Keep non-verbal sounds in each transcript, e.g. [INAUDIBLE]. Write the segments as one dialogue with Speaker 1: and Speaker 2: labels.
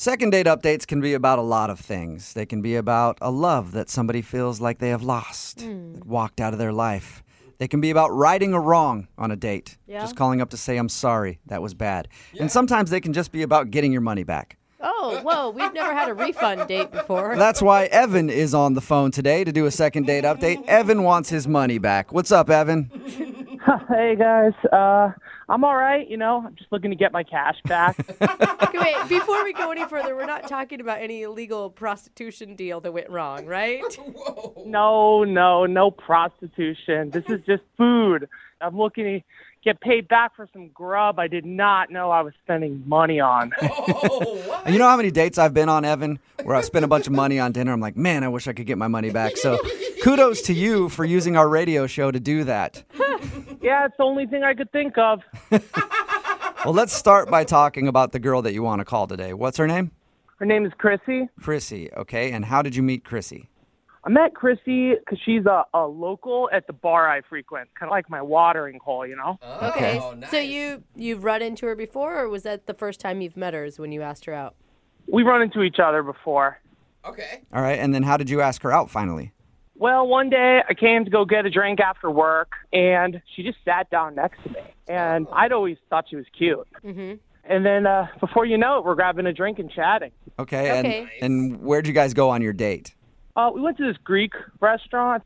Speaker 1: Second date updates can be about a lot of things. They can be about a love that somebody feels like they have lost, that walked out of their life. They can be about righting a wrong on a date,
Speaker 2: Yeah.
Speaker 1: just calling up to say, I'm sorry, that was bad. And sometimes they can just be about getting your money back.
Speaker 2: Oh, whoa, we've never had a refund
Speaker 1: [LAUGHS]
Speaker 2: date before.
Speaker 1: That's why Evan is on the phone today to do a second date update. Evan wants his money back. What's up, Evan?
Speaker 3: Hey guys, uh, I'm all right. You know, I'm just looking to get my cash back.
Speaker 2: Okay, [LAUGHS] wait, before we go any further, we're not talking about any illegal prostitution deal that went wrong, right?
Speaker 3: no, no, no prostitution. This is just food. I'm looking to get paid back for some grub I did not know I was spending money on.
Speaker 1: And you know how many dates I've been on, Evan, where I've spent a bunch of money on dinner? I'm like, man, I wish I could get my money back. So kudos to you for using our radio show to do that.
Speaker 3: yeah, it's the only thing I could think of.
Speaker 1: Well, let's start by talking about the girl that you want to call today. What's her name?
Speaker 3: Her name is Chrissy.
Speaker 1: Chrissy, okay? And how did you meet Chrissy?
Speaker 3: I met Chrissy 'cause she's a, a local at the bar I frequent, kind of like my watering hole, you know?
Speaker 1: Uh.
Speaker 2: Okay.
Speaker 4: Oh,
Speaker 2: So
Speaker 4: nice.
Speaker 2: you you've run into her before or was that the first time you've met her is when you asked her out?
Speaker 3: We run into each other before.
Speaker 4: Okay.
Speaker 1: All right, and then how did you ask her out finally?
Speaker 3: Well, one day I came to go get a drink after work, and she just sat down next to me. And I'd always thought she was cute. Mm-hmm. And then uh, before you know it, we're grabbing a drink and chatting.
Speaker 1: Okay,
Speaker 2: Okay. Nice.
Speaker 1: and and where'd you guys go on your date?
Speaker 3: Uh, we went to this Greek restaurant.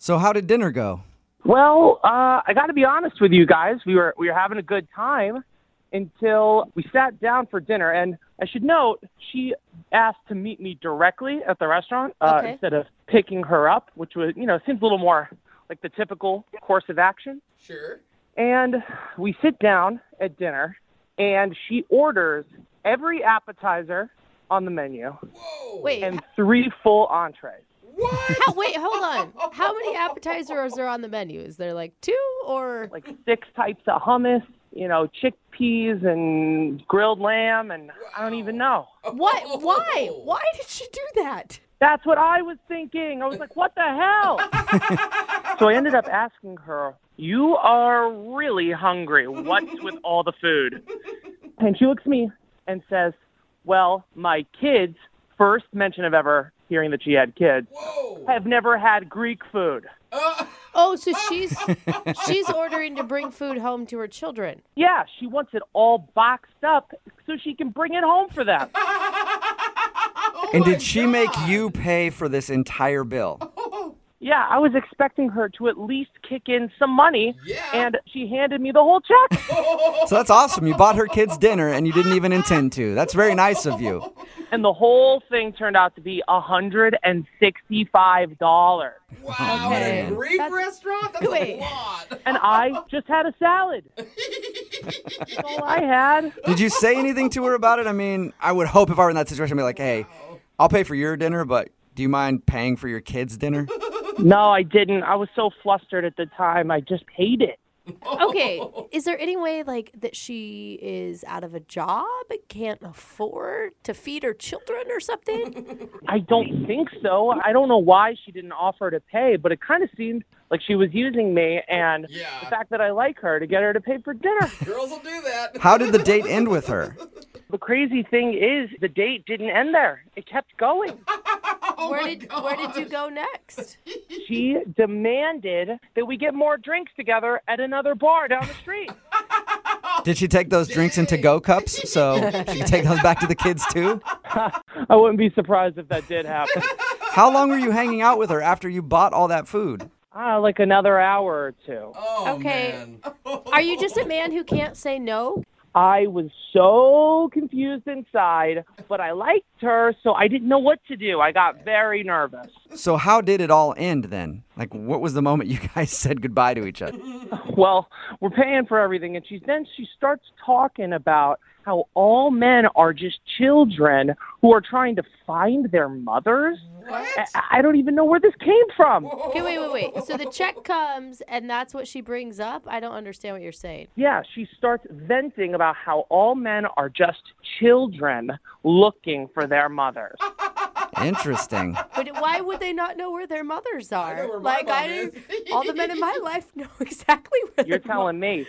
Speaker 1: So how did dinner go?
Speaker 3: Well, uh, I got to be honest with you guys. We were we were having a good time until we sat down for dinner. And I should note, she asked to meet me directly at the restaurant uh,
Speaker 2: Okay.
Speaker 3: instead of picking her up, which was you know seems a little more like the typical course of action.
Speaker 4: Sure.
Speaker 3: And we sit down at dinner, and she orders every appetizer on the menu
Speaker 4: Whoa.
Speaker 2: Wait.
Speaker 3: and three full entrees.
Speaker 4: What?
Speaker 2: How, wait, hold on. How many appetizers are on the menu? Is there like two or
Speaker 3: Like six types of hummus, you know, chickpeas and grilled lamb, and I don't even know.
Speaker 2: what? Why? Why did she do that?
Speaker 3: That's what I was thinking. I was like, what the hell? so I ended up asking her, You are really hungry. What's with all the food? And she looks at me and says, Well, my kids, first mention of ever hearing that she had kids,
Speaker 4: Whoa.
Speaker 3: have never had Greek food.
Speaker 2: Oh, so she's she's ordering to bring food home to her children.
Speaker 3: Yeah, she wants it all boxed up so she can bring it home for them.
Speaker 2: Oh
Speaker 1: and did she make you pay for this entire bill?
Speaker 3: Yeah, I was expecting her to at least kick in some money,
Speaker 4: Yeah.
Speaker 3: and she handed me the whole check.
Speaker 1: So that's awesome. You bought her kids dinner and you didn't even intend to. That's very nice of you.
Speaker 3: and the whole thing turned out to be a hundred and sixty-five dollars.
Speaker 4: Wow.
Speaker 2: Okay.
Speaker 4: At a Greek
Speaker 2: That's-
Speaker 4: restaurant? That's
Speaker 2: Wait.
Speaker 4: a lot.
Speaker 3: And I just had a salad. That's all I had.
Speaker 1: Did you say anything to her about it? I mean, I would hope if I were in that situation, I'd be like, hey, I'll pay for your dinner, but do you mind paying for your kids' dinner?
Speaker 3: No, I didn't. I was so flustered at the time. I just hate it.
Speaker 4: [LAUGHS]
Speaker 2: Okay. Is there any way like that she is out of a job, can't afford to feed her children or
Speaker 4: [LAUGHS]
Speaker 2: something?
Speaker 3: I don't think so. I don't know why she didn't offer to pay, but it kind of seemed like she was using me and
Speaker 4: Yeah.
Speaker 3: the fact that I like her to get her to pay for dinner.
Speaker 4: Girls will do that.
Speaker 1: How did the date end with her?
Speaker 3: the crazy thing is, the date didn't end there. It kept going.
Speaker 4: Oh
Speaker 2: where did where did you go
Speaker 4: [LAUGHS]
Speaker 2: next?
Speaker 3: She demanded that we get more drinks together at another bar down the street.
Speaker 1: Did she take those drinks into go cups so she could take those back to the kids too?
Speaker 3: I wouldn't be surprised if that did happen.
Speaker 1: How long were you hanging out with her after you bought all that food?
Speaker 3: [LAUGHS] Ah, like another hour or two.
Speaker 4: Oh,
Speaker 2: Okay.
Speaker 4: man.
Speaker 2: Are you just a man who can't say no?
Speaker 3: I was so confused inside, but I liked her, so I didn't know what to do. I got very nervous.
Speaker 1: So, how did it all end then? Like, what was the moment you guys [LAUGHS] said goodbye to each other?
Speaker 3: Well, we're paying for everything, and she then she starts talking about how all men are just children who are trying to find their mothers. I, I don't even know where this came from.
Speaker 2: Okay, wait, wait, wait. So the
Speaker 4: [LAUGHS]
Speaker 2: check comes and that's what she brings up? I don't understand what you're
Speaker 4: [LAUGHS]
Speaker 2: saying.
Speaker 3: Yeah, she starts venting about how all men are just children looking for their mothers.
Speaker 1: Interesting.
Speaker 2: But why would they not know where their mothers are?
Speaker 4: where my
Speaker 2: like I
Speaker 4: mom [LAUGHS]
Speaker 2: didn't- all the men in my life know [LAUGHS] exactly where
Speaker 3: You're
Speaker 2: their mom-
Speaker 3: telling me.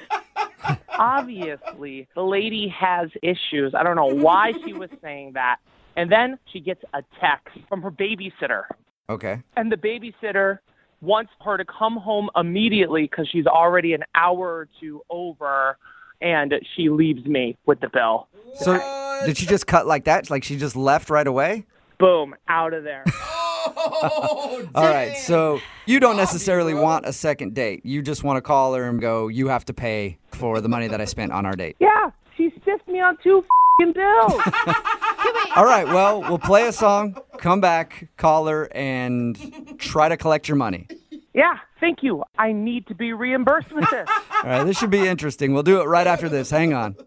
Speaker 3: obviously the lady has issues. I don't know why she was saying that. And then she gets a text from her babysitter.
Speaker 1: Okay.
Speaker 3: And the babysitter wants her to come home immediately because she's already an hour or two over. And she leaves me with the bill.
Speaker 1: So did she just cut like that? Like she just left right away?
Speaker 3: Boom, out of there.
Speaker 4: Oh,
Speaker 1: All right.
Speaker 4: dang.
Speaker 1: So you don't necessarily
Speaker 4: bro.
Speaker 1: want a second date. You just want to call her and go, you have to pay for the money that I spent on our date.
Speaker 3: yeah, she stiffed me on two fing bills.
Speaker 1: All right. Well, we'll play a song, come back, call her, and try to collect your money.
Speaker 3: yeah, thank you. I need to be reimbursed with this.
Speaker 1: All right. This should be interesting. We'll do it right after this. Hang on.